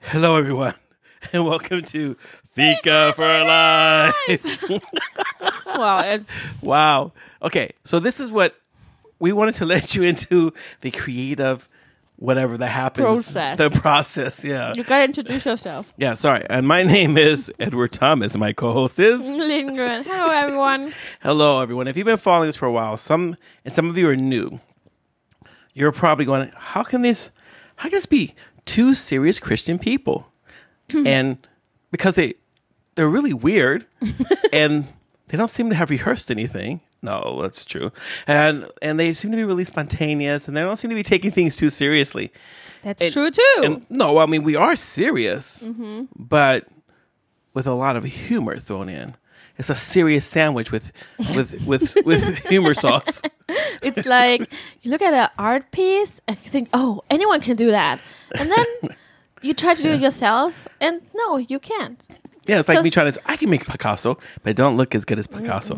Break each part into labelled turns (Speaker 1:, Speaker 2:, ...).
Speaker 1: Hello, everyone, and welcome to Fika for Life.
Speaker 2: Well, and
Speaker 1: Wow. Okay, so this is what we wanted to let you into the creative, whatever that happens,
Speaker 2: Process.
Speaker 1: the process. Yeah,
Speaker 2: you gotta introduce yourself.
Speaker 1: yeah. Sorry, and my name is Edward Thomas. My co-host is.
Speaker 2: Lindgren. Hello, everyone.
Speaker 1: Hello, everyone. If you've been following this for a while, some and some of you are new. You're probably going, "How can this? How can this be two serious Christian people?" and because they they're really weird, and they don't seem to have rehearsed anything. No, that's true. And and they seem to be really spontaneous, and they don't seem to be taking things too seriously.
Speaker 2: That's true too.
Speaker 1: And no, I mean we are serious, but with a lot of humor thrown in. It's a serious sandwich with with with with humor sauce.
Speaker 2: it's like you look at an art piece and you think, oh, anyone can do that, and then you try to do it yourself, and no, you can't.
Speaker 1: Yeah, it's like me trying to. I can make Picasso, but it don't look as good as Picasso.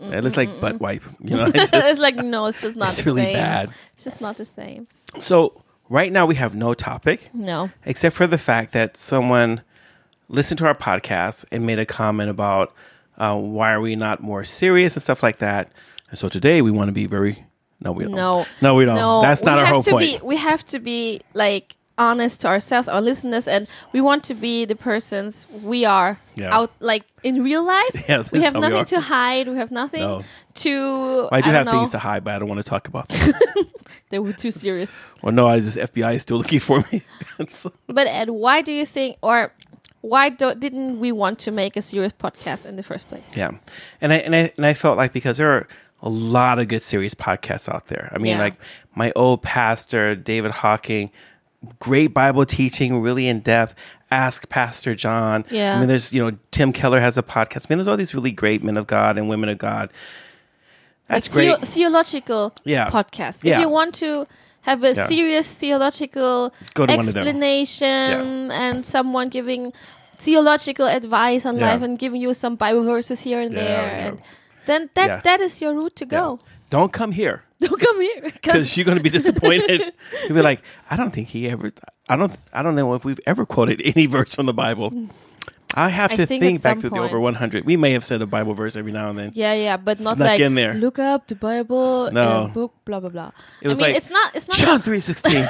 Speaker 1: It looks like butt wipe. You know, it's just-
Speaker 2: it's like no, it's just not.
Speaker 1: It's
Speaker 2: the
Speaker 1: really
Speaker 2: same.
Speaker 1: bad.
Speaker 2: It's just not the same.
Speaker 1: so right now we have no topic
Speaker 2: No,
Speaker 1: except for the fact that someone listened to our podcast and made a comment about uh, why are we not more serious and stuff like that. And so today we want to be very. No, we don't.
Speaker 2: no,
Speaker 1: no, we don't. That's
Speaker 2: we
Speaker 1: not our
Speaker 2: have
Speaker 1: whole
Speaker 2: to
Speaker 1: point.
Speaker 2: Be, we have to be like honest to ourselves, our listeners, and we want to be the persons we are
Speaker 1: Yeah.
Speaker 2: out like in real life.
Speaker 1: Yeah, that's
Speaker 2: we have
Speaker 1: how we
Speaker 2: nothing
Speaker 1: are.
Speaker 2: to hide. We have nothing
Speaker 1: No.
Speaker 2: to.
Speaker 1: I do
Speaker 2: don't
Speaker 1: have
Speaker 2: know.
Speaker 1: things to hide, but I don't want to talk about them.
Speaker 2: They were too serious.
Speaker 1: or no, I just FBI is still looking for me. So-
Speaker 2: But Ed, why do you think, or why do, didn't we want to make a serious podcast in the first place?
Speaker 1: yeah, and I and I and I felt like because there are a lot of good serious podcasts out there. I mean,
Speaker 2: Yeah.
Speaker 1: like my old pastor David Hawking, great Bible teaching, really in depth. Ask Pastor John.
Speaker 2: Yeah.
Speaker 1: I mean, there's you know Tim Keller has a podcast. I mean, there's all these really great men of God and women of God. That's great.
Speaker 2: Theo- theological
Speaker 1: Yeah.
Speaker 2: podcast. If
Speaker 1: Yeah.
Speaker 2: you want to have a
Speaker 1: Yeah.
Speaker 2: serious theological
Speaker 1: Go to one of them.
Speaker 2: explanation and someone giving theological advice on
Speaker 1: Yeah.
Speaker 2: life and giving you some Bible verses here and
Speaker 1: Yeah,
Speaker 2: there,
Speaker 1: yeah.
Speaker 2: and then that
Speaker 1: Yeah.
Speaker 2: that is your route to
Speaker 1: Yeah.
Speaker 2: go.
Speaker 1: Don't come here.
Speaker 2: Don't come here because
Speaker 1: because you're going to be disappointed. You'll be like, I don't think he ever. I don't. I don't know if we've ever quoted any verse from the Bible. I have
Speaker 2: I
Speaker 1: to
Speaker 2: think
Speaker 1: think,
Speaker 2: at
Speaker 1: back
Speaker 2: some
Speaker 1: to the over
Speaker 2: point-
Speaker 1: 100. We may have said a Bible verse every now and then.
Speaker 2: Yeah, yeah, but not
Speaker 1: Snuck
Speaker 2: like
Speaker 1: in there.
Speaker 2: look up the Bible,
Speaker 1: No.
Speaker 2: uh, book, blah blah blah.
Speaker 1: It was
Speaker 2: I mean,
Speaker 1: like,
Speaker 2: it's not, it's not,
Speaker 1: John three sixteen.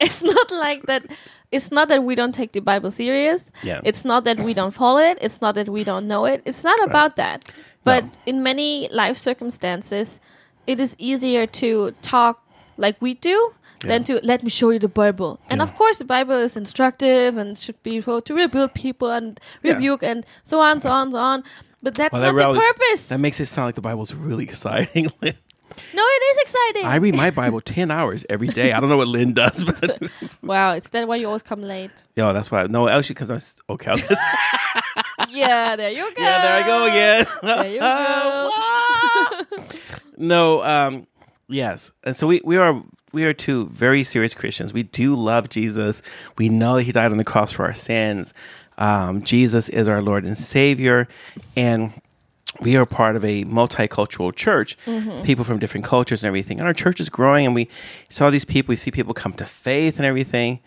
Speaker 2: it's not like that. It's not that we don't take the Bible serious.
Speaker 1: Yeah.
Speaker 2: It's not that we don't follow it. It's not that we don't know it. It's not about that. But
Speaker 1: No.
Speaker 2: in many life circumstances, it is easier to talk like we do than to let me show you the Bible. And of course, the Bible is instructive and should be for to rebuild people and
Speaker 1: Yeah.
Speaker 2: rebuke and so on, so on, so on. But that's
Speaker 1: Well,
Speaker 2: not
Speaker 1: really-
Speaker 2: the purpose.
Speaker 1: That makes it sound like the Bible's really exciting.
Speaker 2: No, it is exciting.
Speaker 1: I read my Bible ten hours every day. I don't know what Lynn does, but
Speaker 2: wow, it's that why you always come late.
Speaker 1: yo, that's why. No, actually, because I'm s- okay. I was just,
Speaker 2: yeah, there you go.
Speaker 1: yeah, there I go again.
Speaker 2: There you go.
Speaker 1: No, um, yes, and so we we are we are two very serious Christians. We do love Jesus. We know that He died on the cross for our sins. Um, Jesus is our Lord and Savior, and we are part of a multicultural church. People from different cultures and everything, and our church is growing. And we saw these people. We see people come to faith and everything,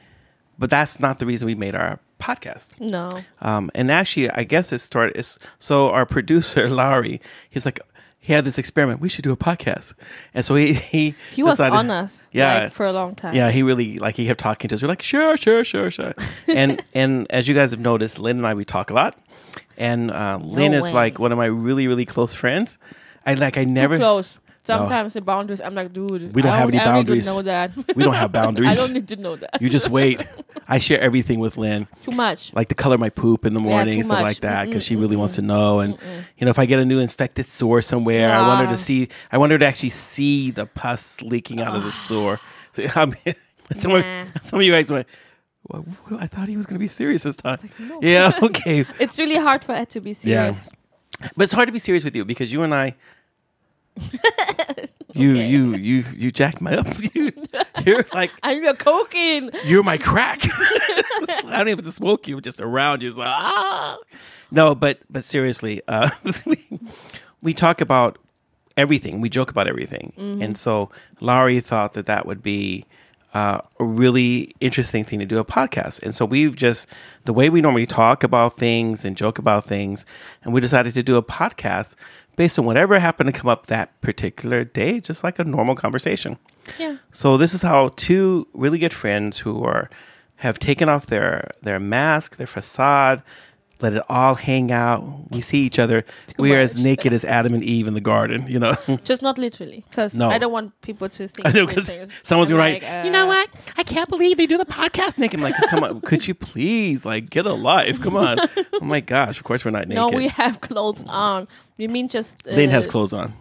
Speaker 1: but that's not the reason we made our podcast.
Speaker 2: No.
Speaker 1: Um, and actually, I guess it started. It's, so our producer Larry, he's like, he had this experiment. We should do a podcast, and so he he
Speaker 2: He was
Speaker 1: decided-
Speaker 2: on us
Speaker 1: Yeah,
Speaker 2: like, for a long time.
Speaker 1: yeah, he really like he kept talking to us. We're like, sure, sure, sure, sure. and and as you guys have noticed, Lynn and I we talk a lot, and uh, Lynn
Speaker 2: way.
Speaker 1: is like one of my really really close friends. I like I never
Speaker 2: Close. Sometimes the boundaries, I'm like, dude,
Speaker 1: We don't
Speaker 2: I
Speaker 1: have any
Speaker 2: I don't
Speaker 1: boundaries.
Speaker 2: Need to know that.
Speaker 1: we don't have boundaries.
Speaker 2: I don't need to know that.
Speaker 1: you just wait. I share everything with Lynn.
Speaker 2: too much.
Speaker 1: like the color of my poop in the morning,
Speaker 2: too
Speaker 1: stuff
Speaker 2: much.
Speaker 1: like that, because she really wants to know. And you know, if I get a new infected sore somewhere, I want her
Speaker 2: Yeah.
Speaker 1: to see. I want her to actually see the pus leaking out of the sore. So I mean, some,
Speaker 2: Nah.
Speaker 1: of, some of you guys went. Well, wh- I thought he was going to be serious this time.
Speaker 2: no.
Speaker 1: Yeah, okay,
Speaker 2: It's really hard for Ed to be
Speaker 1: Yeah.
Speaker 2: serious.
Speaker 1: but it's hard to be serious with you because you and I. You
Speaker 2: Okay.
Speaker 1: you you you jacked my up. You, you're like
Speaker 2: And you're coking.
Speaker 1: you're my crack. I don't even have to smoke you; just around you. It's like ah. No, but but seriously, uh, we, we talk about everything. We joke about everything, and so Laurie thought that that would be uh, a really interesting thing to do a podcast. And so we've just, the way we normally talk about things and joke about things, and we decided to do a podcast based on whatever happened to come up that particular day, just like a normal conversation.
Speaker 2: Yeah.
Speaker 1: So this is how two really good friends who are have taken off their their mask, their facade, let it all hang out. We see each other. we are as
Speaker 2: much.
Speaker 1: naked as Adam and Eve in the garden. You know,
Speaker 2: Just not literally, because
Speaker 1: No.
Speaker 2: I don't want people to think.
Speaker 1: I know
Speaker 2: weird
Speaker 1: because
Speaker 2: things.
Speaker 1: someone's
Speaker 2: I'm
Speaker 1: gonna write.
Speaker 2: like,
Speaker 1: you know
Speaker 2: uh,
Speaker 1: what? I can't believe they do the podcast naked. I'm like, come on, could you please like get a life? Come on. oh my gosh! Of course we're not naked.
Speaker 2: No, we have clothes on. We mean just. Uh,
Speaker 1: Lane has clothes on.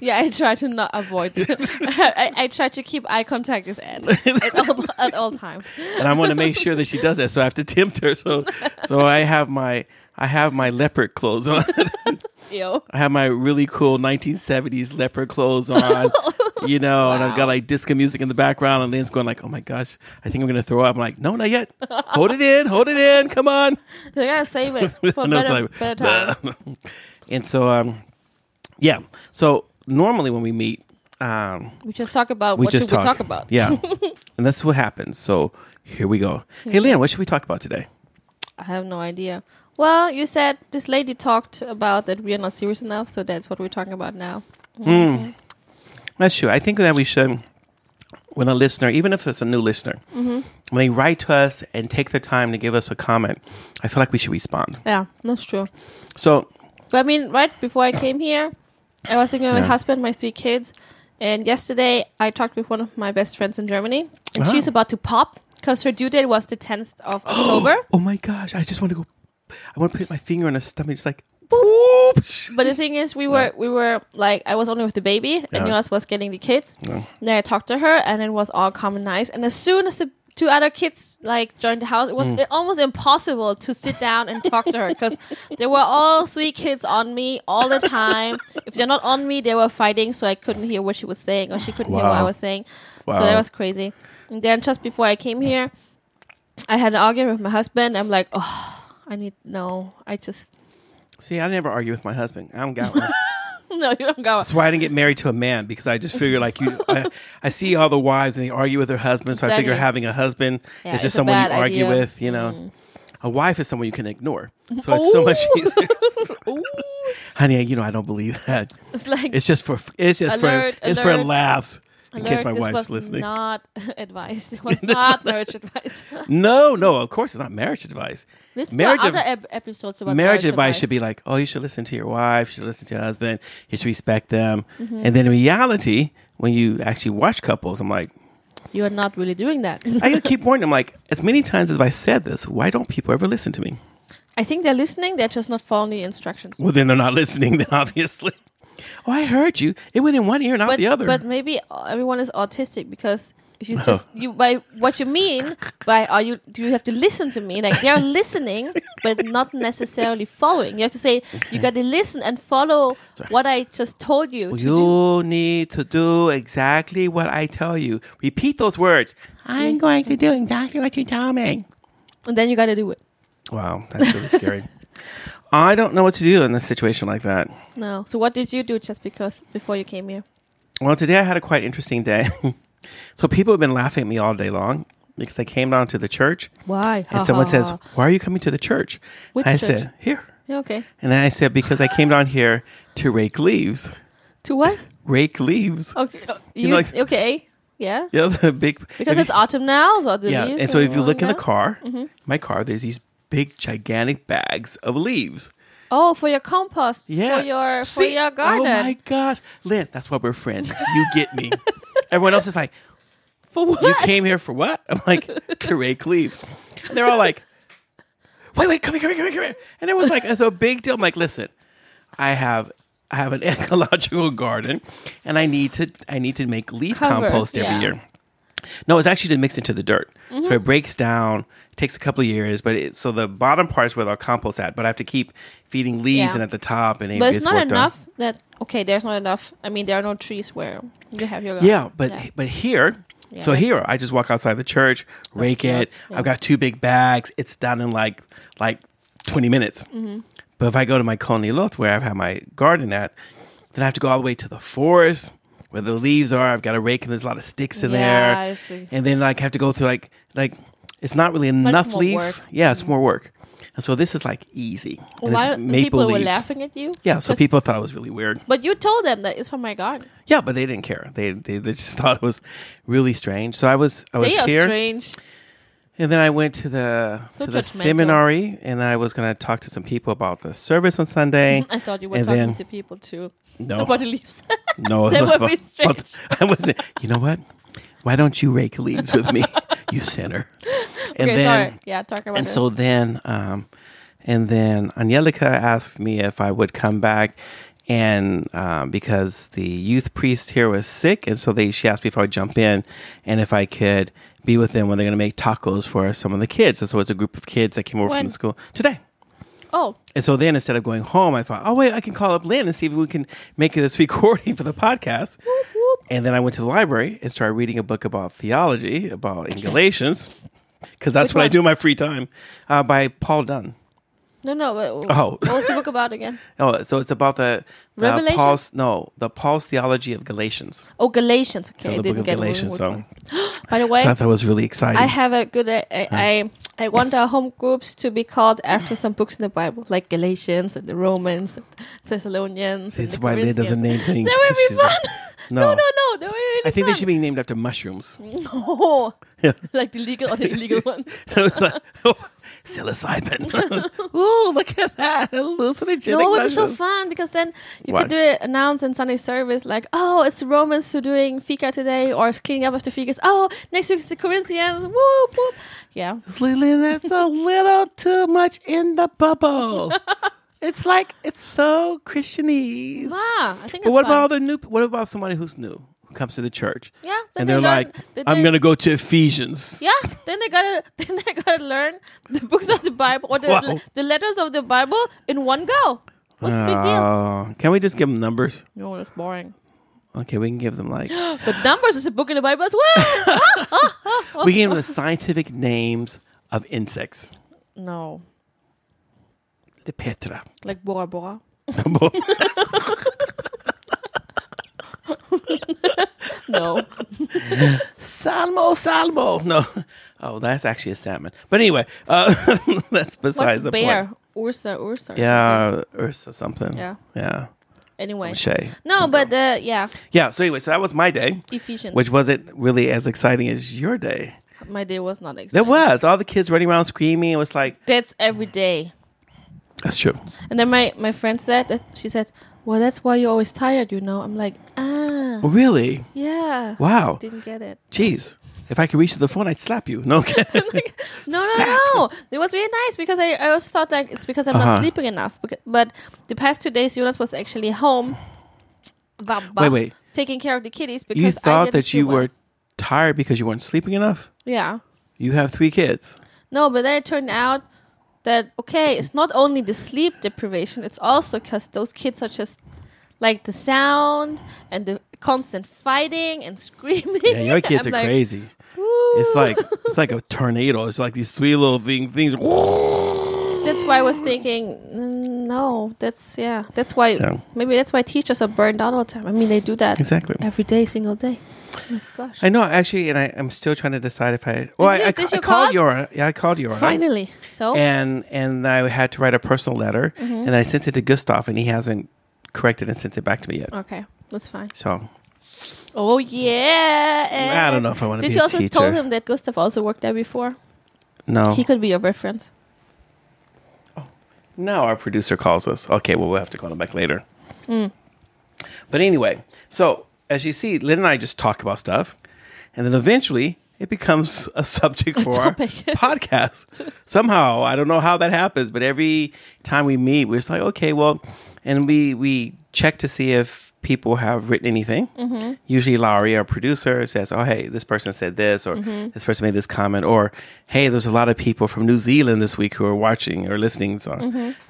Speaker 2: Yeah, I try to not avoid. I, I try to keep eye contact with Ed at all, at all times.
Speaker 1: and I want to make sure that she does that. So I have to tempt her. So so I have my I have my leopard clothes on.
Speaker 2: Yo,
Speaker 1: I have my really cool 1970s leopard clothes on. you know, and I've got like disco music in the background, and Lynn's going like, "Oh my gosh, I think I'm gonna throw up." I'm like, "No, not yet. Hold it in. Hold it in. Come on."
Speaker 2: so I gotta save it for
Speaker 1: And I was
Speaker 2: better,
Speaker 1: like,
Speaker 2: better time.
Speaker 1: and so um, yeah. So normally when we meet, um,
Speaker 2: We just talk about
Speaker 1: we
Speaker 2: what
Speaker 1: just
Speaker 2: should
Speaker 1: talk.
Speaker 2: we talk about.
Speaker 1: Yeah, and that's what happens. So here we go. Hey, Lynn, what should we talk about today?
Speaker 2: I have no idea. Well, you said this lady talked about that we are not serious enough, so that's what we're talking about now.
Speaker 1: That's true. I think that we should, when a listener, even if it's a new listener, when they write to us and take their time to give us a comment, I feel like we should respond.
Speaker 2: Yeah, that's true.
Speaker 1: So,
Speaker 2: But I mean, right before I came here, I was thinking of my
Speaker 1: Yeah.
Speaker 2: husband, my three kids, and yesterday I talked with one of my best friends in Germany, and
Speaker 1: Ah.
Speaker 2: she's about to pop because her due date was the 10th of October.
Speaker 1: oh my gosh, I just want to go. I want to put my finger on her stomach, just like, whoops.
Speaker 2: But the thing is, we were we were like I was only with the baby,
Speaker 1: Yeah.
Speaker 2: and Jonas was getting the kids.
Speaker 1: Yeah.
Speaker 2: Then I talked to her, and it was all common nice. And as soon as the two other kids like joined the house, it was
Speaker 1: Mm.
Speaker 2: almost impossible to sit down and talk to her because they were all three kids on me all the time. if they're not on me, they were fighting, so I couldn't hear what she was saying, or she couldn't hear what I
Speaker 1: Wow.
Speaker 2: was saying. So
Speaker 1: Wow.
Speaker 2: that was crazy. And then just before I came here, I had an argument with my husband. I'm like, oh, I need no. I just
Speaker 1: See, I never argue with my husband. I don't got one.
Speaker 2: no, you don't go.
Speaker 1: That's why I didn't get married to a man because I just figure like you. I, I see all the wives and they argue with their husbands, so I figure
Speaker 2: Exactly.
Speaker 1: having a husband
Speaker 2: Yeah,
Speaker 1: is
Speaker 2: it's
Speaker 1: just
Speaker 2: a
Speaker 1: someone you
Speaker 2: bad
Speaker 1: argue
Speaker 2: idea. Mm-hmm.
Speaker 1: with. You know, a wife is someone you can ignore, so it's so much easier.
Speaker 2: Ooh.
Speaker 1: Honey, you know I don't believe that.
Speaker 2: It's like
Speaker 1: It's just for it's just
Speaker 2: Alert,
Speaker 1: for it's for
Speaker 2: alert.
Speaker 1: laughs. In
Speaker 2: alert,
Speaker 1: case my
Speaker 2: this
Speaker 1: wife's
Speaker 2: was
Speaker 1: listening.
Speaker 2: not advice. It was not marriage advice.
Speaker 1: no, no, of course it's not marriage advice.
Speaker 2: This
Speaker 1: Marriage
Speaker 2: marriage other
Speaker 1: ad-
Speaker 2: ep- episodes about
Speaker 1: marriage advice should be like, oh, you should listen to your wife, you should listen to your husband, you should respect them. Mm-hmm. And then in reality, when you actually watch couples, I'm like,
Speaker 2: You are not really doing that.
Speaker 1: I keep warning them, like, as many times as I said this, why don't people ever listen to me?
Speaker 2: I think they're listening. They're just not following the instructions.
Speaker 1: Well, then they're not listening, then obviously. Oh, I heard you. It went in one ear and out
Speaker 2: but,
Speaker 1: the other.
Speaker 2: but maybe everyone is autistic because if you just you by what you mean by are you do you have to listen to me like they're listening but not necessarily following. You have to say you got to listen and follow what I just told you. to do.
Speaker 1: you need to do exactly what I tell you. Repeat those words. I'm going to do exactly what you tell me.
Speaker 2: and then you got to do it.
Speaker 1: Wow, that's really scary. I don't know what to do in a situation like that.
Speaker 2: No. So what did you do just because before you came here?
Speaker 1: Well, today I had a quite interesting day. so people have been laughing at me all day long because I came down to the church
Speaker 2: Why?
Speaker 1: and someone says, "Why are you coming to the church?"
Speaker 2: Uh-huh. Which
Speaker 1: And I
Speaker 2: church?
Speaker 1: said, "Here."
Speaker 2: Yeah, okay.
Speaker 1: And I said, "Because I came down here to rake leaves,
Speaker 2: To what?
Speaker 1: rake leaves."
Speaker 2: Okay. uh,
Speaker 1: You
Speaker 2: You,
Speaker 1: know, like-
Speaker 2: okay. Yeah.
Speaker 1: Yeah, the big
Speaker 2: Because
Speaker 1: if
Speaker 2: it's
Speaker 1: you-
Speaker 2: autumn now, so the
Speaker 1: yeah.
Speaker 2: leaves Mm-hmm.
Speaker 1: And so
Speaker 2: are
Speaker 1: if you look in the
Speaker 2: now.
Speaker 1: car, my car, there's these big gigantic bags of leaves.
Speaker 2: Oh, for your compost.
Speaker 1: Yeah.
Speaker 2: For your
Speaker 1: See?
Speaker 2: for your garden.
Speaker 1: Oh my gosh, Lynn, that's why we're friends. You get me. Everyone else is like,
Speaker 2: for what?
Speaker 1: You came here for what? I'm like, to rake leaves. And they're all like, wait, wait, come here, come here, come here, come here. And it was like, it's a big deal. I'm like, listen, I have I have an ecological garden and I need to I need to make leaf
Speaker 2: Cover,
Speaker 1: compost every
Speaker 2: yeah. Mm-hmm.
Speaker 1: year. No, it's actually to mix into the dirt. So it breaks down, it takes a couple of years, but it, so the bottom part is where our compost at, but I have to keep feeding leaves
Speaker 2: Yeah.
Speaker 1: and at the top and it
Speaker 2: but it's
Speaker 1: gets
Speaker 2: not
Speaker 1: worked on.
Speaker 2: enough that okay, there's not enough. I mean, there are no trees where you have your garden.
Speaker 1: Yeah, but but here, so
Speaker 2: that's-
Speaker 1: here I just walk outside the church, rake
Speaker 2: nuts,
Speaker 1: it.
Speaker 2: yeah.
Speaker 1: I've got two big bags. It's done in like like twenty minutes.
Speaker 2: Mm-hmm.
Speaker 1: But if I go to my colony lot where I've had my garden at, then I have to go all the way to the forest. where the leaves are. I've got to rake, and there's a lot of sticks in
Speaker 2: Yeah, I
Speaker 1: there,
Speaker 2: see.
Speaker 1: and then like have to go through like like it's not really enough
Speaker 2: more
Speaker 1: leaf.
Speaker 2: work. Mm-hmm.
Speaker 1: Yeah, it's more work. And so this is like easy. And
Speaker 2: Why
Speaker 1: it's
Speaker 2: the people were laughing at you?
Speaker 1: Yeah, so
Speaker 2: 'Cause-
Speaker 1: people thought it was really weird.
Speaker 2: But you told them that it's from my garden.
Speaker 1: Yeah, but they didn't care. They they, they just thought it was really strange. So I was I was
Speaker 2: They are
Speaker 1: here,
Speaker 2: strange.
Speaker 1: and then I went to the
Speaker 2: So
Speaker 1: to the
Speaker 2: judgmental.
Speaker 1: seminary, and I was going to talk to some people about the service on Sunday.
Speaker 2: I thought you were
Speaker 1: and
Speaker 2: talking
Speaker 1: then- Oh.
Speaker 2: to people too
Speaker 1: No.
Speaker 2: about the leaves.
Speaker 1: No,
Speaker 2: That
Speaker 1: no,
Speaker 2: would be
Speaker 1: about- about- I was. You know what? Why don't you rake leaves with me, you sinner? And
Speaker 2: okay,
Speaker 1: then,
Speaker 2: sorry. Yeah, talk about
Speaker 1: and
Speaker 2: it.
Speaker 1: so then, um, and then Angelica asked me if I would come back, and um, because the youth priest here was sick, and so they she asked me if I would jump in and if I could be with them when they're going to make tacos for some of the kids. And so it's a group of kids that came over
Speaker 2: When?
Speaker 1: from the school today.
Speaker 2: oh,
Speaker 1: And so then instead of going home, I thought, oh, wait, I can call up Lynn and see if we can make this recording for the podcast.
Speaker 2: whoop.
Speaker 1: And then I went to the library and started reading a book about theology, about in Galatians, because that's
Speaker 2: Which
Speaker 1: what I
Speaker 2: one?
Speaker 1: do in my free time, uh, by Paul Dunn.
Speaker 2: no, no. Wait,
Speaker 1: Oh.
Speaker 2: what was the book about again?
Speaker 1: Oh, so it's about the, the
Speaker 2: Revelation?
Speaker 1: Paul's no, the Paul's theology of Galatians.
Speaker 2: Oh, Galatians.
Speaker 1: So
Speaker 2: Okay,
Speaker 1: the
Speaker 2: I
Speaker 1: book
Speaker 2: didn't
Speaker 1: of
Speaker 2: get
Speaker 1: Galatians.
Speaker 2: which
Speaker 1: So,
Speaker 2: one. By the way,
Speaker 1: so I thought it was really exciting.
Speaker 2: I have a good. uh, I, I, I I want our home groups to be called after some books in the Bible, like Galatians and the Romans and Thessalonians. and
Speaker 1: That's
Speaker 2: the
Speaker 1: why Lynn doesn't
Speaker 2: Corinthians.
Speaker 1: name things.
Speaker 2: That
Speaker 1: 'cause
Speaker 2: would be
Speaker 1: she's
Speaker 2: fun.
Speaker 1: like- no,
Speaker 2: no, no, no. That would be really
Speaker 1: I think they
Speaker 2: fun.
Speaker 1: should be named after mushrooms.
Speaker 2: No.
Speaker 1: Yeah.
Speaker 2: like the legal or the illegal one.
Speaker 1: So it's like oh, psilocybin. Ooh, look at that! A hallucinogenic
Speaker 2: No, it would be so
Speaker 1: mushroom.
Speaker 2: fun because then you
Speaker 1: Why?
Speaker 2: could do it announce in Sunday service like, oh, it's the Romans who doing fika today or is cleaning up after fikas. Oh, next week it's the Corinthians. Whoop whoop. Yeah.
Speaker 1: Lily, that's a little too much in the bubble. it's like it's so Christianese.
Speaker 2: Ah, I think.
Speaker 1: But
Speaker 2: that's
Speaker 1: what
Speaker 2: fun.
Speaker 1: about all the new? What about somebody who's new who comes to the church?
Speaker 2: Yeah, then
Speaker 1: and
Speaker 2: they
Speaker 1: they're
Speaker 2: learn-
Speaker 1: like,
Speaker 2: they-
Speaker 1: "I'm
Speaker 2: they-
Speaker 1: gonna go to Ephesians."
Speaker 2: Yeah, then they gotta then they gotta learn the books of the Bible or the
Speaker 1: Wow.
Speaker 2: the letters of the Bible in one go. What's the big deal?
Speaker 1: Oh, can we just give them numbers?
Speaker 2: No, that's boring.
Speaker 1: Okay, we can give them like
Speaker 2: But numbers is a book in the Bible as well.
Speaker 1: we can give them the scientific names of insects.
Speaker 2: no,
Speaker 1: The Petra.
Speaker 2: like Bora Bora. No,
Speaker 1: Salmo, Salmo. No, oh, that's actually a salmon. But anyway, uh, that's besides
Speaker 2: what's
Speaker 1: the
Speaker 2: bear?
Speaker 1: point.
Speaker 2: Ursa, Ursa.
Speaker 1: Yeah, Ursa something.
Speaker 2: Yeah.
Speaker 1: yeah.
Speaker 2: Anyway,
Speaker 1: Shay.
Speaker 2: no, but uh, yeah,
Speaker 1: Yeah. So anyway, so that was my day,
Speaker 2: Ephesians.
Speaker 1: which wasn't really as exciting as your day.
Speaker 2: my day was not exciting.
Speaker 1: There was all the kids running around screaming. It was like
Speaker 2: That's every day.
Speaker 1: that's true.
Speaker 2: And then my my friend said that she said, "Well, that's why you're always tired, you know." I'm like, ah,
Speaker 1: "Oh, Really?
Speaker 2: yeah.
Speaker 1: Wow.
Speaker 2: Didn't get it.
Speaker 1: Jeez. If I could reach to the phone, I'd slap you. No. Okay.
Speaker 2: No, no, no. It was really nice because I, I always thought like it's because I'm
Speaker 1: Uh-huh.
Speaker 2: not sleeping enough. Becau- But the past two days, Jonas was actually home. Bah, bah,
Speaker 1: Wait, wait.
Speaker 2: Taking care of the kiddies because
Speaker 1: you
Speaker 2: I
Speaker 1: thought
Speaker 2: didn't
Speaker 1: that
Speaker 2: feel
Speaker 1: you
Speaker 2: well.
Speaker 1: were tired because you weren't sleeping enough.
Speaker 2: Yeah.
Speaker 1: You have three kids.
Speaker 2: No, but then it turned out that okay, it's not only the sleep deprivation; it's also because those kids are just like the sound and the constant fighting and screaming.
Speaker 1: Yeah, your kids
Speaker 2: I'm
Speaker 1: are
Speaker 2: like,
Speaker 1: crazy. It's
Speaker 2: "Ooh."
Speaker 1: like it's like a tornado. It's like these three little thing things.
Speaker 2: That's why I was thinking, mm, no, that's yeah, that's why
Speaker 1: Yeah.
Speaker 2: maybe that's why teachers are burned out all the time. I mean, they do that
Speaker 1: Exactly.
Speaker 2: every day, single day. Oh my gosh!
Speaker 1: I know actually, and I, I'm still trying to decide if I. Well,
Speaker 2: you-
Speaker 1: I, I,
Speaker 2: did
Speaker 1: ca- I
Speaker 2: you
Speaker 1: called
Speaker 2: call?
Speaker 1: Yora. Yeah, I called Yora.
Speaker 2: Finally, so
Speaker 1: and and I had to write a personal letter,
Speaker 2: Mm-hmm.
Speaker 1: and I sent it to Gustav, and he hasn't corrected and sent it back to me yet.
Speaker 2: okay, that's fine.
Speaker 1: So
Speaker 2: Oh yeah!
Speaker 1: I don't know if I want to
Speaker 2: Did
Speaker 1: be
Speaker 2: you
Speaker 1: a
Speaker 2: also
Speaker 1: teacher.
Speaker 2: told him that Gustav also worked there before?
Speaker 1: no,
Speaker 2: He could be your reference.
Speaker 1: now our producer calls us. Okay, well we'll have to call him back later.
Speaker 2: Mm.
Speaker 1: But anyway, so as you see, Lynn and I just talk about stuff, and then eventually it becomes a subject for our
Speaker 2: topic.
Speaker 1: podcast. Somehow, I don't know how that happens, but every time we meet, we're just like, okay, well, and we we check to see if people have written anything.
Speaker 2: Mm-hmm.
Speaker 1: Usually, Lowry, our producer, says, "Oh, hey, this person said this, or
Speaker 2: Mm-hmm.
Speaker 1: this person made this comment, or hey, there's a lot of people from New Zealand this week who are watching or listening." So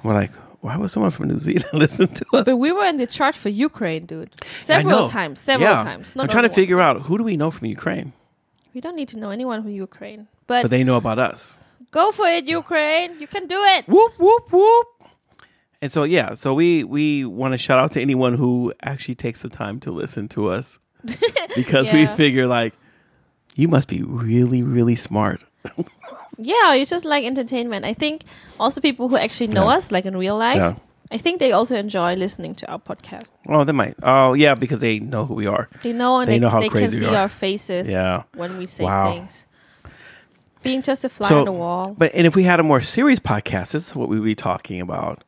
Speaker 1: we're like. Why was someone from New Zealand listen to us?
Speaker 2: Mm-hmm. But we were in the chart for Ukraine, dude.
Speaker 1: I
Speaker 2: Several
Speaker 1: know.
Speaker 2: times. Several
Speaker 1: Yeah.
Speaker 2: times. Not
Speaker 1: I'm trying to
Speaker 2: only
Speaker 1: figure out who do we know from Ukraine,
Speaker 2: one. We don't need to know anyone from Ukraine. But,
Speaker 1: but they know about us.
Speaker 2: go for it, Ukraine. You can do it.
Speaker 1: Whoop whoop whoop. And so yeah, so we we want to shout out to anyone who actually takes the time to listen to us. because we
Speaker 2: Yeah.
Speaker 1: figure like you must be really really smart.
Speaker 2: Yeah, it's just like entertainment. I think also people who actually know
Speaker 1: Yeah.
Speaker 2: us, like in real life,
Speaker 1: Yeah.
Speaker 2: I think they also enjoy listening to our podcast.
Speaker 1: Oh, they might. Oh, yeah, because they know who we are.
Speaker 2: They know and
Speaker 1: They
Speaker 2: they,
Speaker 1: know how
Speaker 2: they
Speaker 1: crazy we
Speaker 2: can see
Speaker 1: are.
Speaker 2: our faces
Speaker 1: Yeah.
Speaker 2: when we say
Speaker 1: Wow.
Speaker 2: things. Being just a fly
Speaker 1: so,
Speaker 2: on the wall.
Speaker 1: but and if we had a more serious podcast, this is what we'd be talking about.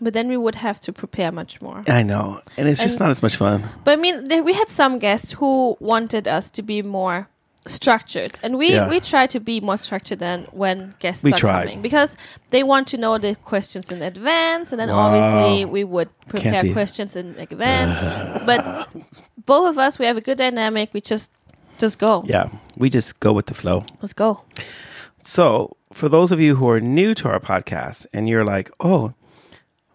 Speaker 2: But then we would have to prepare much more.
Speaker 1: I know, and it's just
Speaker 2: And-
Speaker 1: not as much fun.
Speaker 2: But I mean, there, we had some guests who wanted us to be more structured, and we
Speaker 1: Yeah.
Speaker 2: we try to be more structured than when guests
Speaker 1: We
Speaker 2: are
Speaker 1: tried.
Speaker 2: coming because they want to know the questions in advance, and then
Speaker 1: Wow.
Speaker 2: obviously we would prepare
Speaker 1: be.
Speaker 2: questions in advance. but both of us, we have a good dynamic. We just just go,
Speaker 1: Yeah, we just go with the flow.
Speaker 2: let's go.
Speaker 1: So, for those of you who are new to our podcast and you're like, oh,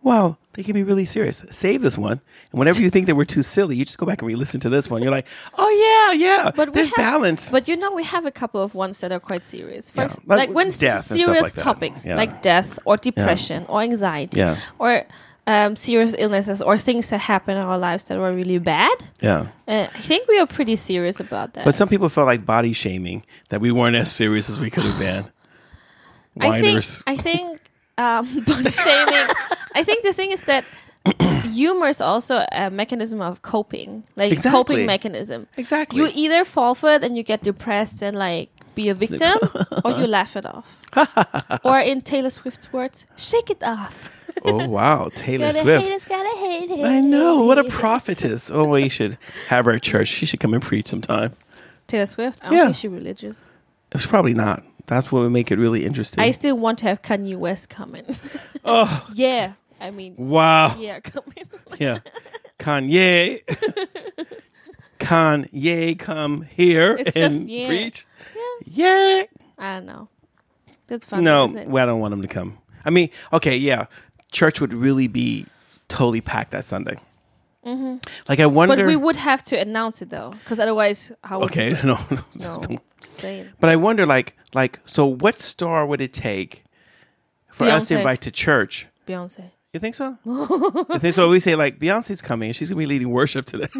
Speaker 1: wow, they can be really serious, save this one. And whenever you think that we're too silly, you just go back and re listen to this one. You're like, oh, yeah, yeah,
Speaker 2: But we
Speaker 1: there's
Speaker 2: have-
Speaker 1: balance.
Speaker 2: But you know, we have a couple of ones that are quite serious. For
Speaker 1: Yeah,
Speaker 2: ex-
Speaker 1: like
Speaker 2: like, when
Speaker 1: death and
Speaker 2: s-
Speaker 1: stuff
Speaker 2: serious
Speaker 1: like that.
Speaker 2: topics
Speaker 1: Yeah.
Speaker 2: like death or depression or anxiety
Speaker 1: Yeah.
Speaker 2: or um, serious illnesses or things that happen in our lives that were really bad.
Speaker 1: yeah.
Speaker 2: Uh, I think we are pretty serious about that.
Speaker 1: But some people felt like body shaming that we weren't as serious as we could have been.
Speaker 2: I think
Speaker 1: Whiners.
Speaker 2: I think um, body shaming. I think the thing is that humor is also a mechanism of coping, like a
Speaker 1: Exactly.
Speaker 2: coping mechanism.
Speaker 1: Exactly.
Speaker 2: You either fall for it and you get depressed and like be a victim, or you laugh it off. or in Taylor Swift's words, shake it off.
Speaker 1: oh, wow. Taylor
Speaker 2: Gotta
Speaker 1: Swift.
Speaker 2: hate it, gotta hate it.
Speaker 1: I know. What a prophetess. Oh, we should have her at church. She should come and preach sometime.
Speaker 2: Taylor Swift. I don't
Speaker 1: Yeah.
Speaker 2: think she's religious.
Speaker 1: It's probably not. That's what would make it really interesting.
Speaker 2: I still want to have Kanye West coming.
Speaker 1: oh,
Speaker 2: yeah, I mean,
Speaker 1: wow.
Speaker 2: yeah, coming.
Speaker 1: Yeah. Kanye. Kanye, come here
Speaker 2: It's just-
Speaker 1: and
Speaker 2: yeah.
Speaker 1: preach. Yeah.
Speaker 2: I don't know. That's funny.
Speaker 1: no,
Speaker 2: isn't it?
Speaker 1: well, I don't want him to come. I mean, okay, yeah. Church would really be totally packed that Sunday. Like, I wonder.
Speaker 2: Mm-hmm. But we would have to announce it though, because otherwise, how would
Speaker 1: okay, no, no.
Speaker 2: we know? Just saying.
Speaker 1: But I wonder, like, like, so what star would it take for us to
Speaker 2: Beyonce.
Speaker 1: invite to church?
Speaker 2: Beyonce.
Speaker 1: You think so? you think so? We say like Beyonce's coming, and she's gonna be leading worship today.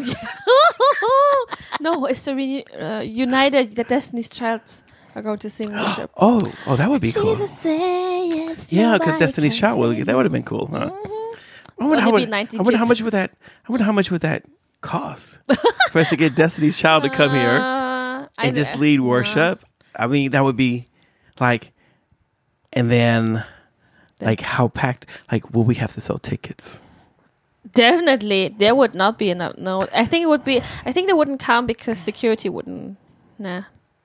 Speaker 2: no, it's the re- uh, United, the Destiny's Child are going to sing worship.
Speaker 1: oh, oh, that would be cool.
Speaker 2: Jesus says.
Speaker 1: Yeah, because
Speaker 2: nobody
Speaker 1: Destiny's
Speaker 2: can
Speaker 1: Child
Speaker 2: say-
Speaker 1: would that would have been cool. Huh? I wonder,
Speaker 2: Only
Speaker 1: how,
Speaker 2: Mm-hmm. be
Speaker 1: would,
Speaker 2: 90
Speaker 1: I wonder how
Speaker 2: kids.
Speaker 1: much would that I wonder how much would that cost for us to get Destiny's Child to come here
Speaker 2: Uh, I Uh-huh.
Speaker 1: and just lead worship. I mean, that would be like, and then like how packed? Like, will we have to sell tickets?
Speaker 2: Definitely, there would not be enough. No, I think it would be. I think they wouldn't come because security wouldn't. Nah,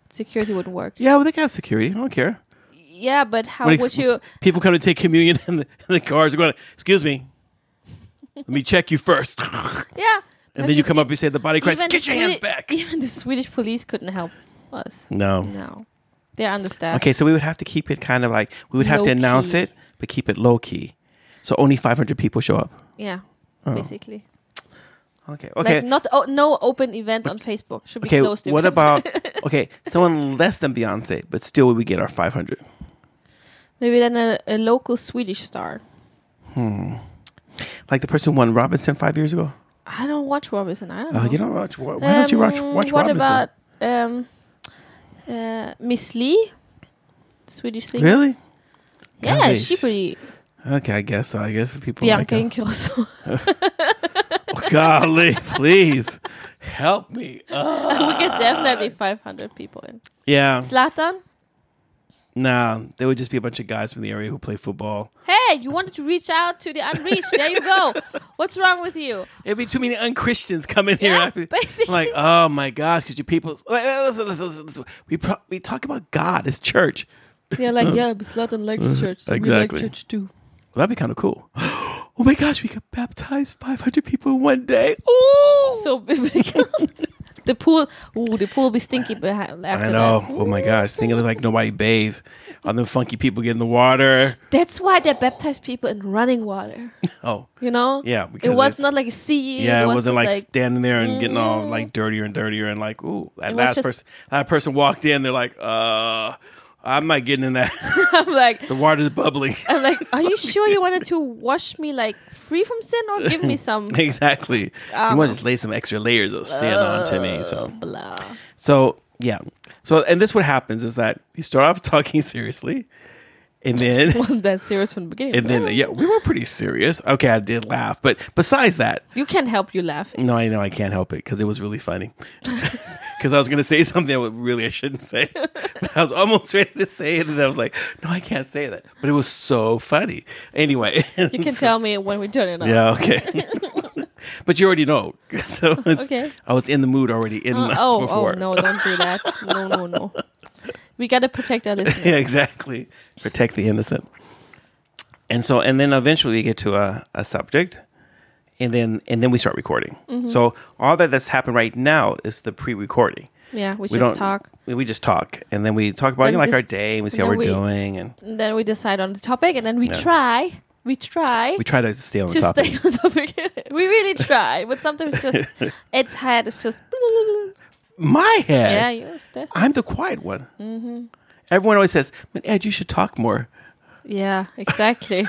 Speaker 2: security wouldn't work.
Speaker 1: Yeah, well, they can have security. I don't care.
Speaker 2: Yeah, but how
Speaker 1: When
Speaker 2: would
Speaker 1: ex-
Speaker 2: you?
Speaker 1: People come to take communion, and the, and the cars are going. Excuse me. Let me check you first,
Speaker 2: Yeah.
Speaker 1: and then you come
Speaker 2: up.
Speaker 1: up. You say, "The body of Christ,
Speaker 2: Even
Speaker 1: get
Speaker 2: the
Speaker 1: your hands
Speaker 2: Swedi-
Speaker 1: back."
Speaker 2: Even the Swedish police couldn't help us.
Speaker 1: No.
Speaker 2: No, they're understaffed.
Speaker 1: Okay, so we would have to keep it kind of like we would have to
Speaker 2: Low
Speaker 1: announce
Speaker 2: key.
Speaker 1: it, but keep it low key. So only 500 people show up. Oh,
Speaker 2: Yeah, basically.
Speaker 1: Okay. Okay.
Speaker 2: Like not o- no open event on Facebook should be
Speaker 1: okay.
Speaker 2: closed.
Speaker 1: What
Speaker 2: event.
Speaker 1: about okay, someone less than Beyonce, but still we would get our 500.
Speaker 2: maybe then a, a local Swedish star?
Speaker 1: Hmm. Like the person who won Robinson 5 years ago.
Speaker 2: I don't watch Robinson. I don't.
Speaker 1: Oh,
Speaker 2: know.
Speaker 1: you don't watch why don't you watch
Speaker 2: Um,
Speaker 1: watch
Speaker 2: what
Speaker 1: Robinson?
Speaker 2: about um, uh, Miss Lee, Swedish singer?
Speaker 1: really? Oh
Speaker 2: Yeah,
Speaker 1: Gosh.
Speaker 2: she pretty
Speaker 1: Okay, I guess so. I guess for people
Speaker 2: Bianca
Speaker 1: like
Speaker 2: Ingrosso.
Speaker 1: oh, golly, please help me. Uh,
Speaker 2: we could definitely five hundred people in.
Speaker 1: yeah.
Speaker 2: Zlatan.
Speaker 1: Nah, there would just be a bunch of guys from the area who play football.
Speaker 2: Hey, you wanted to reach out to the unreached. There you go. What's wrong with you?
Speaker 1: It'd be too many unchristians coming here.
Speaker 2: Yeah,
Speaker 1: after-
Speaker 2: basically.
Speaker 1: I'm like, oh my gosh, because you people, Wait, wait, listen, listen, listen, listen. we pro- we talk about God, it's church.
Speaker 2: Yeah, like yeah, but Slatan likes church.
Speaker 1: so we like Mm, Exactly.
Speaker 2: church too.
Speaker 1: Well, that'd be kind of cool. oh my gosh, we could baptize 500 people in one day. Ooh,
Speaker 2: So biblical. the pool, ooh, the pool will be stinky behind after
Speaker 1: I know.
Speaker 2: that.
Speaker 1: Oh my gosh, think of it like nobody bathes. All the funky people get in the water.
Speaker 2: That's why they baptize people in running water.
Speaker 1: Oh,
Speaker 2: You know?
Speaker 1: Yeah,
Speaker 2: it
Speaker 1: because
Speaker 2: was
Speaker 1: it's-
Speaker 2: not like a sea.
Speaker 1: yeah, it,
Speaker 2: was
Speaker 1: wasn't
Speaker 2: just mm.
Speaker 1: like, standing there and getting all like dirtier and dirtier and like, ooh, that
Speaker 2: It was
Speaker 1: last
Speaker 2: just-
Speaker 1: person, that person walked in, they're like, uh, I'm not getting in that.
Speaker 2: I'm like,
Speaker 1: the water's bubbling.
Speaker 2: I'm like, are you sure you wanted to wash me like free from sin or give me some
Speaker 1: exactly. you
Speaker 2: Um,
Speaker 1: want to just lay some extra layers of sin onto me. So
Speaker 2: blah?
Speaker 1: So yeah. So and this what happens is that you start off talking seriously, and then
Speaker 2: Wasn't that serious from the beginning?
Speaker 1: and then yeah, we were pretty serious. Okay, I did laugh, but besides that,
Speaker 2: you can't help you laughing.
Speaker 1: no, I know I can't help it because it was really funny. Because I was gonna say something I would- really I shouldn't say, but I was almost ready to say it, and then I was like, "No, I can't say that." But it was so funny. Anyway,
Speaker 2: You can tell me when we turn it off.
Speaker 1: Yeah, okay. but you already know. So it's,
Speaker 2: Okay.
Speaker 1: I was in the mood already in
Speaker 2: Uh, oh,
Speaker 1: before.
Speaker 2: oh no! Don't do that. No, no, no. We gotta protect our listeners.
Speaker 1: yeah, exactly. Protect the innocent. And so and then eventually we get to a, a subject and then and then we start recording.
Speaker 2: Mm-hmm.
Speaker 1: So all that that's happened right now is the pre-recording.
Speaker 2: Yeah, we,
Speaker 1: We
Speaker 2: just
Speaker 1: don't
Speaker 2: talk.
Speaker 1: We, we just talk and then we talk about
Speaker 2: Then
Speaker 1: you know, like
Speaker 2: this-
Speaker 1: our day and we see how we're
Speaker 2: then we-
Speaker 1: doing and
Speaker 2: And then we decide on the topic, and then we try. We try.
Speaker 1: we try to stay on
Speaker 2: to
Speaker 1: topic.
Speaker 2: stay on topic. we really try, but sometimes just its head is just.
Speaker 1: My head.
Speaker 2: Yeah, Mm-hmm. you understand?
Speaker 1: I'm the quiet one. Everyone always says, "Man, Ed, you should talk more."
Speaker 2: Yeah, exactly.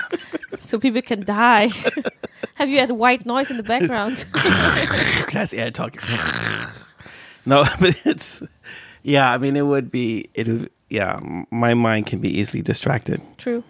Speaker 2: so people can die. Have you had white noise in the background?
Speaker 1: That's Ed talking. no, but it's yeah. I mean, it would be it. would- Yeah, my mind can be easily distracted,
Speaker 2: True.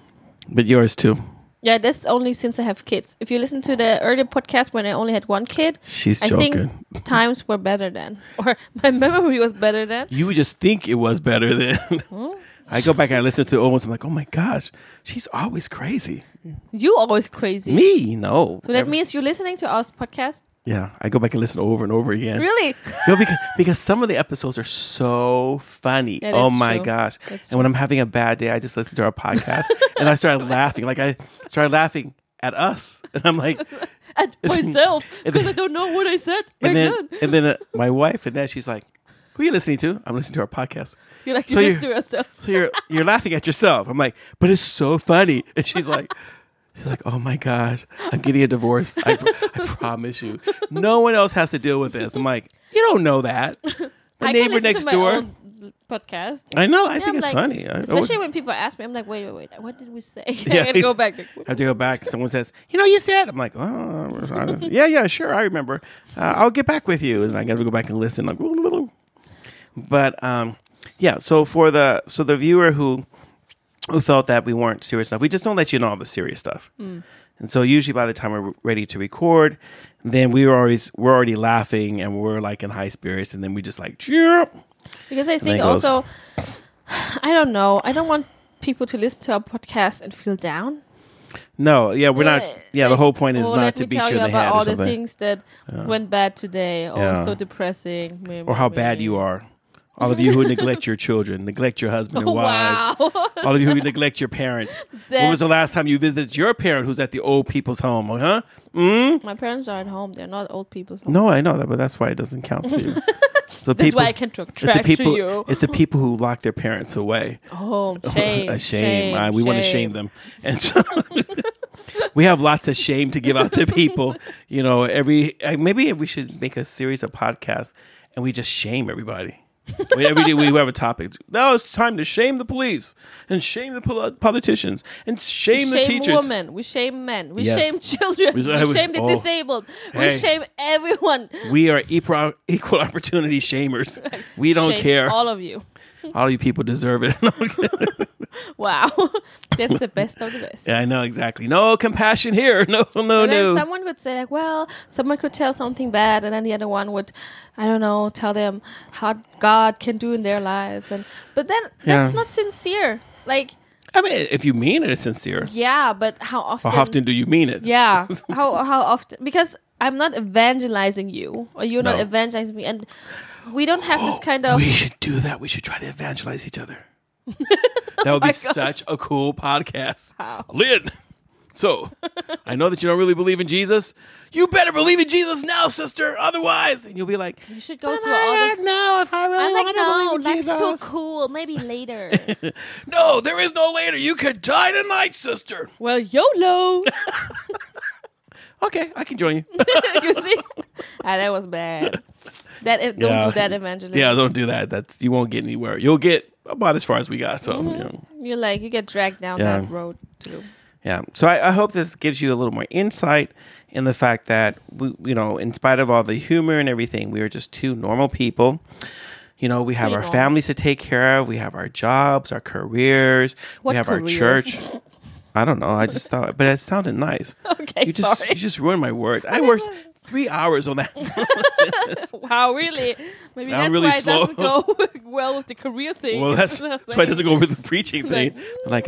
Speaker 1: but yours too.
Speaker 2: Yeah, that's only since I have kids. If you listen to the earlier podcast when I only had one kid,
Speaker 1: She's
Speaker 2: I
Speaker 1: joking.
Speaker 2: think times were better then, or my memory was better then.
Speaker 1: you would just think it was better than.
Speaker 2: Hmm?
Speaker 1: I go back and I listen to the old ones. I'm like, oh my gosh, she's always crazy.
Speaker 2: You always crazy.
Speaker 1: Me, no.
Speaker 2: So that means you're listening to our podcast.
Speaker 1: yeah, I go back and listen over and over again.
Speaker 2: Really?
Speaker 1: no, because, because some of the episodes are so funny.
Speaker 2: Yeah,
Speaker 1: oh
Speaker 2: that's
Speaker 1: my
Speaker 2: true.
Speaker 1: gosh.
Speaker 2: That's
Speaker 1: and when I'm having a bad day, I just listen to our podcast and I started laughing. Like I started laughing at us. And I'm like,
Speaker 2: Oh At
Speaker 1: It's-
Speaker 2: myself
Speaker 1: and
Speaker 2: because
Speaker 1: then-
Speaker 2: I don't know what I said.
Speaker 1: and
Speaker 2: Right
Speaker 1: then,
Speaker 2: then,
Speaker 1: and then uh, my wife and then she's like, who are you listening to? I'm listening to our podcast.
Speaker 2: you're like
Speaker 1: so
Speaker 2: you
Speaker 1: you-
Speaker 2: to yourself.
Speaker 1: So you're, you're laughing at yourself. I'm like, but it's so funny. And she's like, she's like, oh my gosh, I'm getting a divorce. I, pr- I promise you. No one else has to deal with this. I'm like, you don't know that. My
Speaker 2: I
Speaker 1: neighbor
Speaker 2: can listen
Speaker 1: next
Speaker 2: to my
Speaker 1: door.
Speaker 2: own podcast.
Speaker 1: I know. I
Speaker 2: Yeah,
Speaker 1: think
Speaker 2: I'm
Speaker 1: it's
Speaker 2: like-
Speaker 1: funny. I, I would-
Speaker 2: Especially when people ask me, I'm like, wait, wait, wait, what did we say?
Speaker 1: Yeah,
Speaker 2: I gotta go
Speaker 1: it's-
Speaker 2: back.
Speaker 1: I have to go back. Someone says, "You know, you said." I'm like, "Oh, I was- yeah, yeah, sure, I remember. Uh, I'll get back with you." And I got to go back and listen. Like, but um, yeah. So for the so the viewer who who felt that we weren't serious enough, we just don't let you know all the serious stuff.
Speaker 2: Hmm.
Speaker 1: And so usually by the time we're ready to record, then we were always we're already laughing and we're like in high spirits, and then we just like cheer.
Speaker 2: Because I think
Speaker 1: it goes-
Speaker 2: also, I don't know, I don't want people to listen to our podcast and feel down.
Speaker 1: No, yeah, we're not.
Speaker 2: Uh,
Speaker 1: Yeah, the
Speaker 2: like,
Speaker 1: whole point is
Speaker 2: oh,
Speaker 1: not
Speaker 2: let
Speaker 1: to
Speaker 2: me
Speaker 1: beat
Speaker 2: tell
Speaker 1: you in the
Speaker 2: about
Speaker 1: head
Speaker 2: all
Speaker 1: or
Speaker 2: the
Speaker 1: something,
Speaker 2: things that went bad today. Oh,
Speaker 1: Yeah.
Speaker 2: so depressing. Meh,
Speaker 1: or
Speaker 2: meh,
Speaker 1: how
Speaker 2: meh.
Speaker 1: bad you are. All of you who neglect your children, neglect your husband and wives.
Speaker 2: Wow.
Speaker 1: All of you who neglect your parents.
Speaker 2: That-
Speaker 1: when was the last time you visited your parent who's at the old people's home? Huh?
Speaker 2: My parents are at home. They're not old people. so
Speaker 1: No, I know that, but that's why it doesn't count to you. So
Speaker 2: That's why I can talk
Speaker 1: it's the
Speaker 2: trash
Speaker 1: people.
Speaker 2: to you.
Speaker 1: It's the people who lock their parents away.
Speaker 2: Oh, shame.
Speaker 1: a shame. Uh, we want to shame them, and so we have lots of shame to give out to people. You know, every uh, maybe we should make a series of podcasts and we just shame everybody. I mean, every day we have a topic. Now it's time to shame the police and shame the pol- politicians and shame,
Speaker 2: We
Speaker 1: the
Speaker 2: shame
Speaker 1: teachers.
Speaker 2: women. We shame men. We
Speaker 1: Yes.
Speaker 2: shame children. We,
Speaker 1: We- I was-
Speaker 2: shame the
Speaker 1: oh.
Speaker 2: disabled. We
Speaker 1: Hey.
Speaker 2: shame everyone.
Speaker 1: We are equal, equal opportunity shamers. We don't
Speaker 2: Shame
Speaker 1: care. All-,
Speaker 2: All of you.
Speaker 1: you people deserve it.
Speaker 2: Wow. That's the best of the best.
Speaker 1: yeah, I know exactly. No compassion here. No, no,
Speaker 2: And then
Speaker 1: no.
Speaker 2: someone would say, like, well, someone could tell something bad, and then the other one would, I don't know, tell them how God can do in their lives. And but then that's
Speaker 1: Yeah.
Speaker 2: not sincere. Like,
Speaker 1: I mean, if you mean it, it's sincere.
Speaker 2: yeah, but how
Speaker 1: How often do you mean it?
Speaker 2: Yeah. how how often? Because I'm not evangelizing you, or you're not
Speaker 1: No.
Speaker 2: evangelizing me, and we don't have this kind of.
Speaker 1: We should do that. We should try to evangelize each other. that would be such a cool podcast.
Speaker 2: Oh How?
Speaker 1: Lynn, so I know that you don't really believe in Jesus. You better believe in Jesus now, sister. Otherwise, and you'll be like,
Speaker 2: you should go
Speaker 1: "But
Speaker 2: through
Speaker 1: I
Speaker 2: all the.
Speaker 1: don't know if I really
Speaker 2: I'm like,
Speaker 1: want to
Speaker 2: no,
Speaker 1: believe in
Speaker 2: life's
Speaker 1: Jesus.
Speaker 2: too cool. Maybe later.
Speaker 1: No, there is no later. You could die tonight, sister.
Speaker 2: well, YOLO.
Speaker 1: Okay, I can join you.
Speaker 2: you see, ah, that was bad. That don't
Speaker 1: Yeah.
Speaker 2: do that evangelism.
Speaker 1: yeah, don't do that. That's you won't get anywhere. You'll get about as far as we got. So,
Speaker 2: Mm-hmm.
Speaker 1: you know.
Speaker 2: You're like you get dragged down
Speaker 1: Yeah.
Speaker 2: that road too.
Speaker 1: Yeah. So I, I hope this gives you a little more insight in the fact that we, you know, in spite of all the humor and everything, we are just two normal people. You know, we have
Speaker 2: Pretty
Speaker 1: our
Speaker 2: normal.
Speaker 1: families to take care of. We have our jobs, our careers.
Speaker 2: What
Speaker 1: we have our
Speaker 2: career?
Speaker 1: church. I don't know. I just thought, but it sounded nice.
Speaker 2: Okay,
Speaker 1: you just
Speaker 2: sorry.
Speaker 1: you just ruined my word. I worked three hours on that.
Speaker 2: wow, really? Maybe
Speaker 1: I'm
Speaker 2: that's
Speaker 1: really
Speaker 2: why it
Speaker 1: slow.
Speaker 2: doesn't go well with the career thing.
Speaker 1: well, that's, that's why it doesn't go with the preaching thing.
Speaker 2: Like,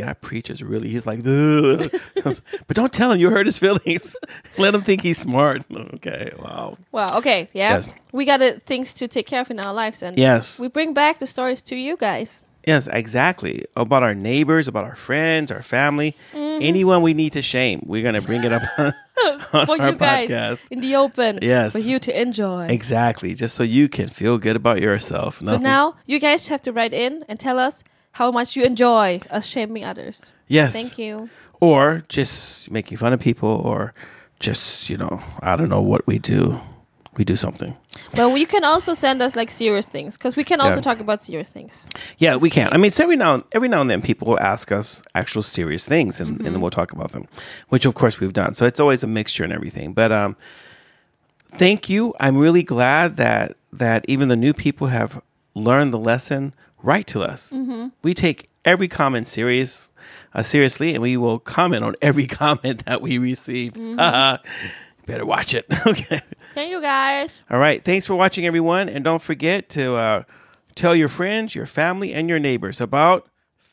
Speaker 1: Like, I preaches really. He's like, "Ugh." but don't tell him you hurt his feelings. Let him think he's smart. Okay. Wow.
Speaker 2: Well, okay, yeah.
Speaker 1: Yes.
Speaker 2: We got uh, things to take care of in our lives, and
Speaker 1: Yes.
Speaker 2: we bring back the stories to you guys.
Speaker 1: Yes, exactly. About our neighbors, about our friends, our family,
Speaker 2: Mm-hmm.
Speaker 1: anyone we need to shame, we're gonna bring it up on, on
Speaker 2: for
Speaker 1: our
Speaker 2: you guys
Speaker 1: podcast.
Speaker 2: in the open.
Speaker 1: Yes.
Speaker 2: For you to enjoy.
Speaker 1: Exactly, just so you can feel good about yourself.
Speaker 2: So now you guys have to write in and tell us how much you enjoy us shaming others.
Speaker 1: yes,
Speaker 2: Thank you.
Speaker 1: Or just making fun of people, or just you know, I don't know what we do. We do something.
Speaker 2: But you can also send us like serious things because we can also
Speaker 1: Yeah.
Speaker 2: talk about serious things.
Speaker 1: Yeah, we can. I mean, so every now every now and then, people will ask us actual serious things, and, and then we'll talk about them, which of course we've done. So it's always a mixture and everything. But um, thank you. I'm really glad that that even the new people have learned the lesson. Write to us. We take every comment serious, uh, seriously, and we will comment on every comment that we receive. Better watch it. okay.
Speaker 2: Thank you guys.
Speaker 1: All right. Thanks for watching, everyone. And don't forget to uh, tell your friends, your family, and your neighbors about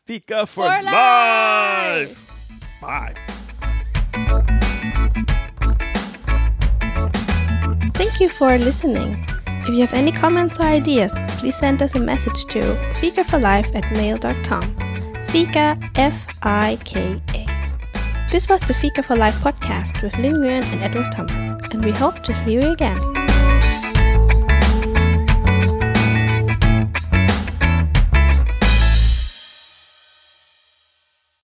Speaker 1: Fika for,
Speaker 2: For
Speaker 1: life.
Speaker 2: life.
Speaker 1: Bye.
Speaker 2: Thank you for listening. If you have any comments or ideas, please send us a message to fikaforlife at mail.com. Fika, F I K A. This was the Fika for Life podcast with Lynn Nguyen and Edward Thomas, and we hope to hear you again.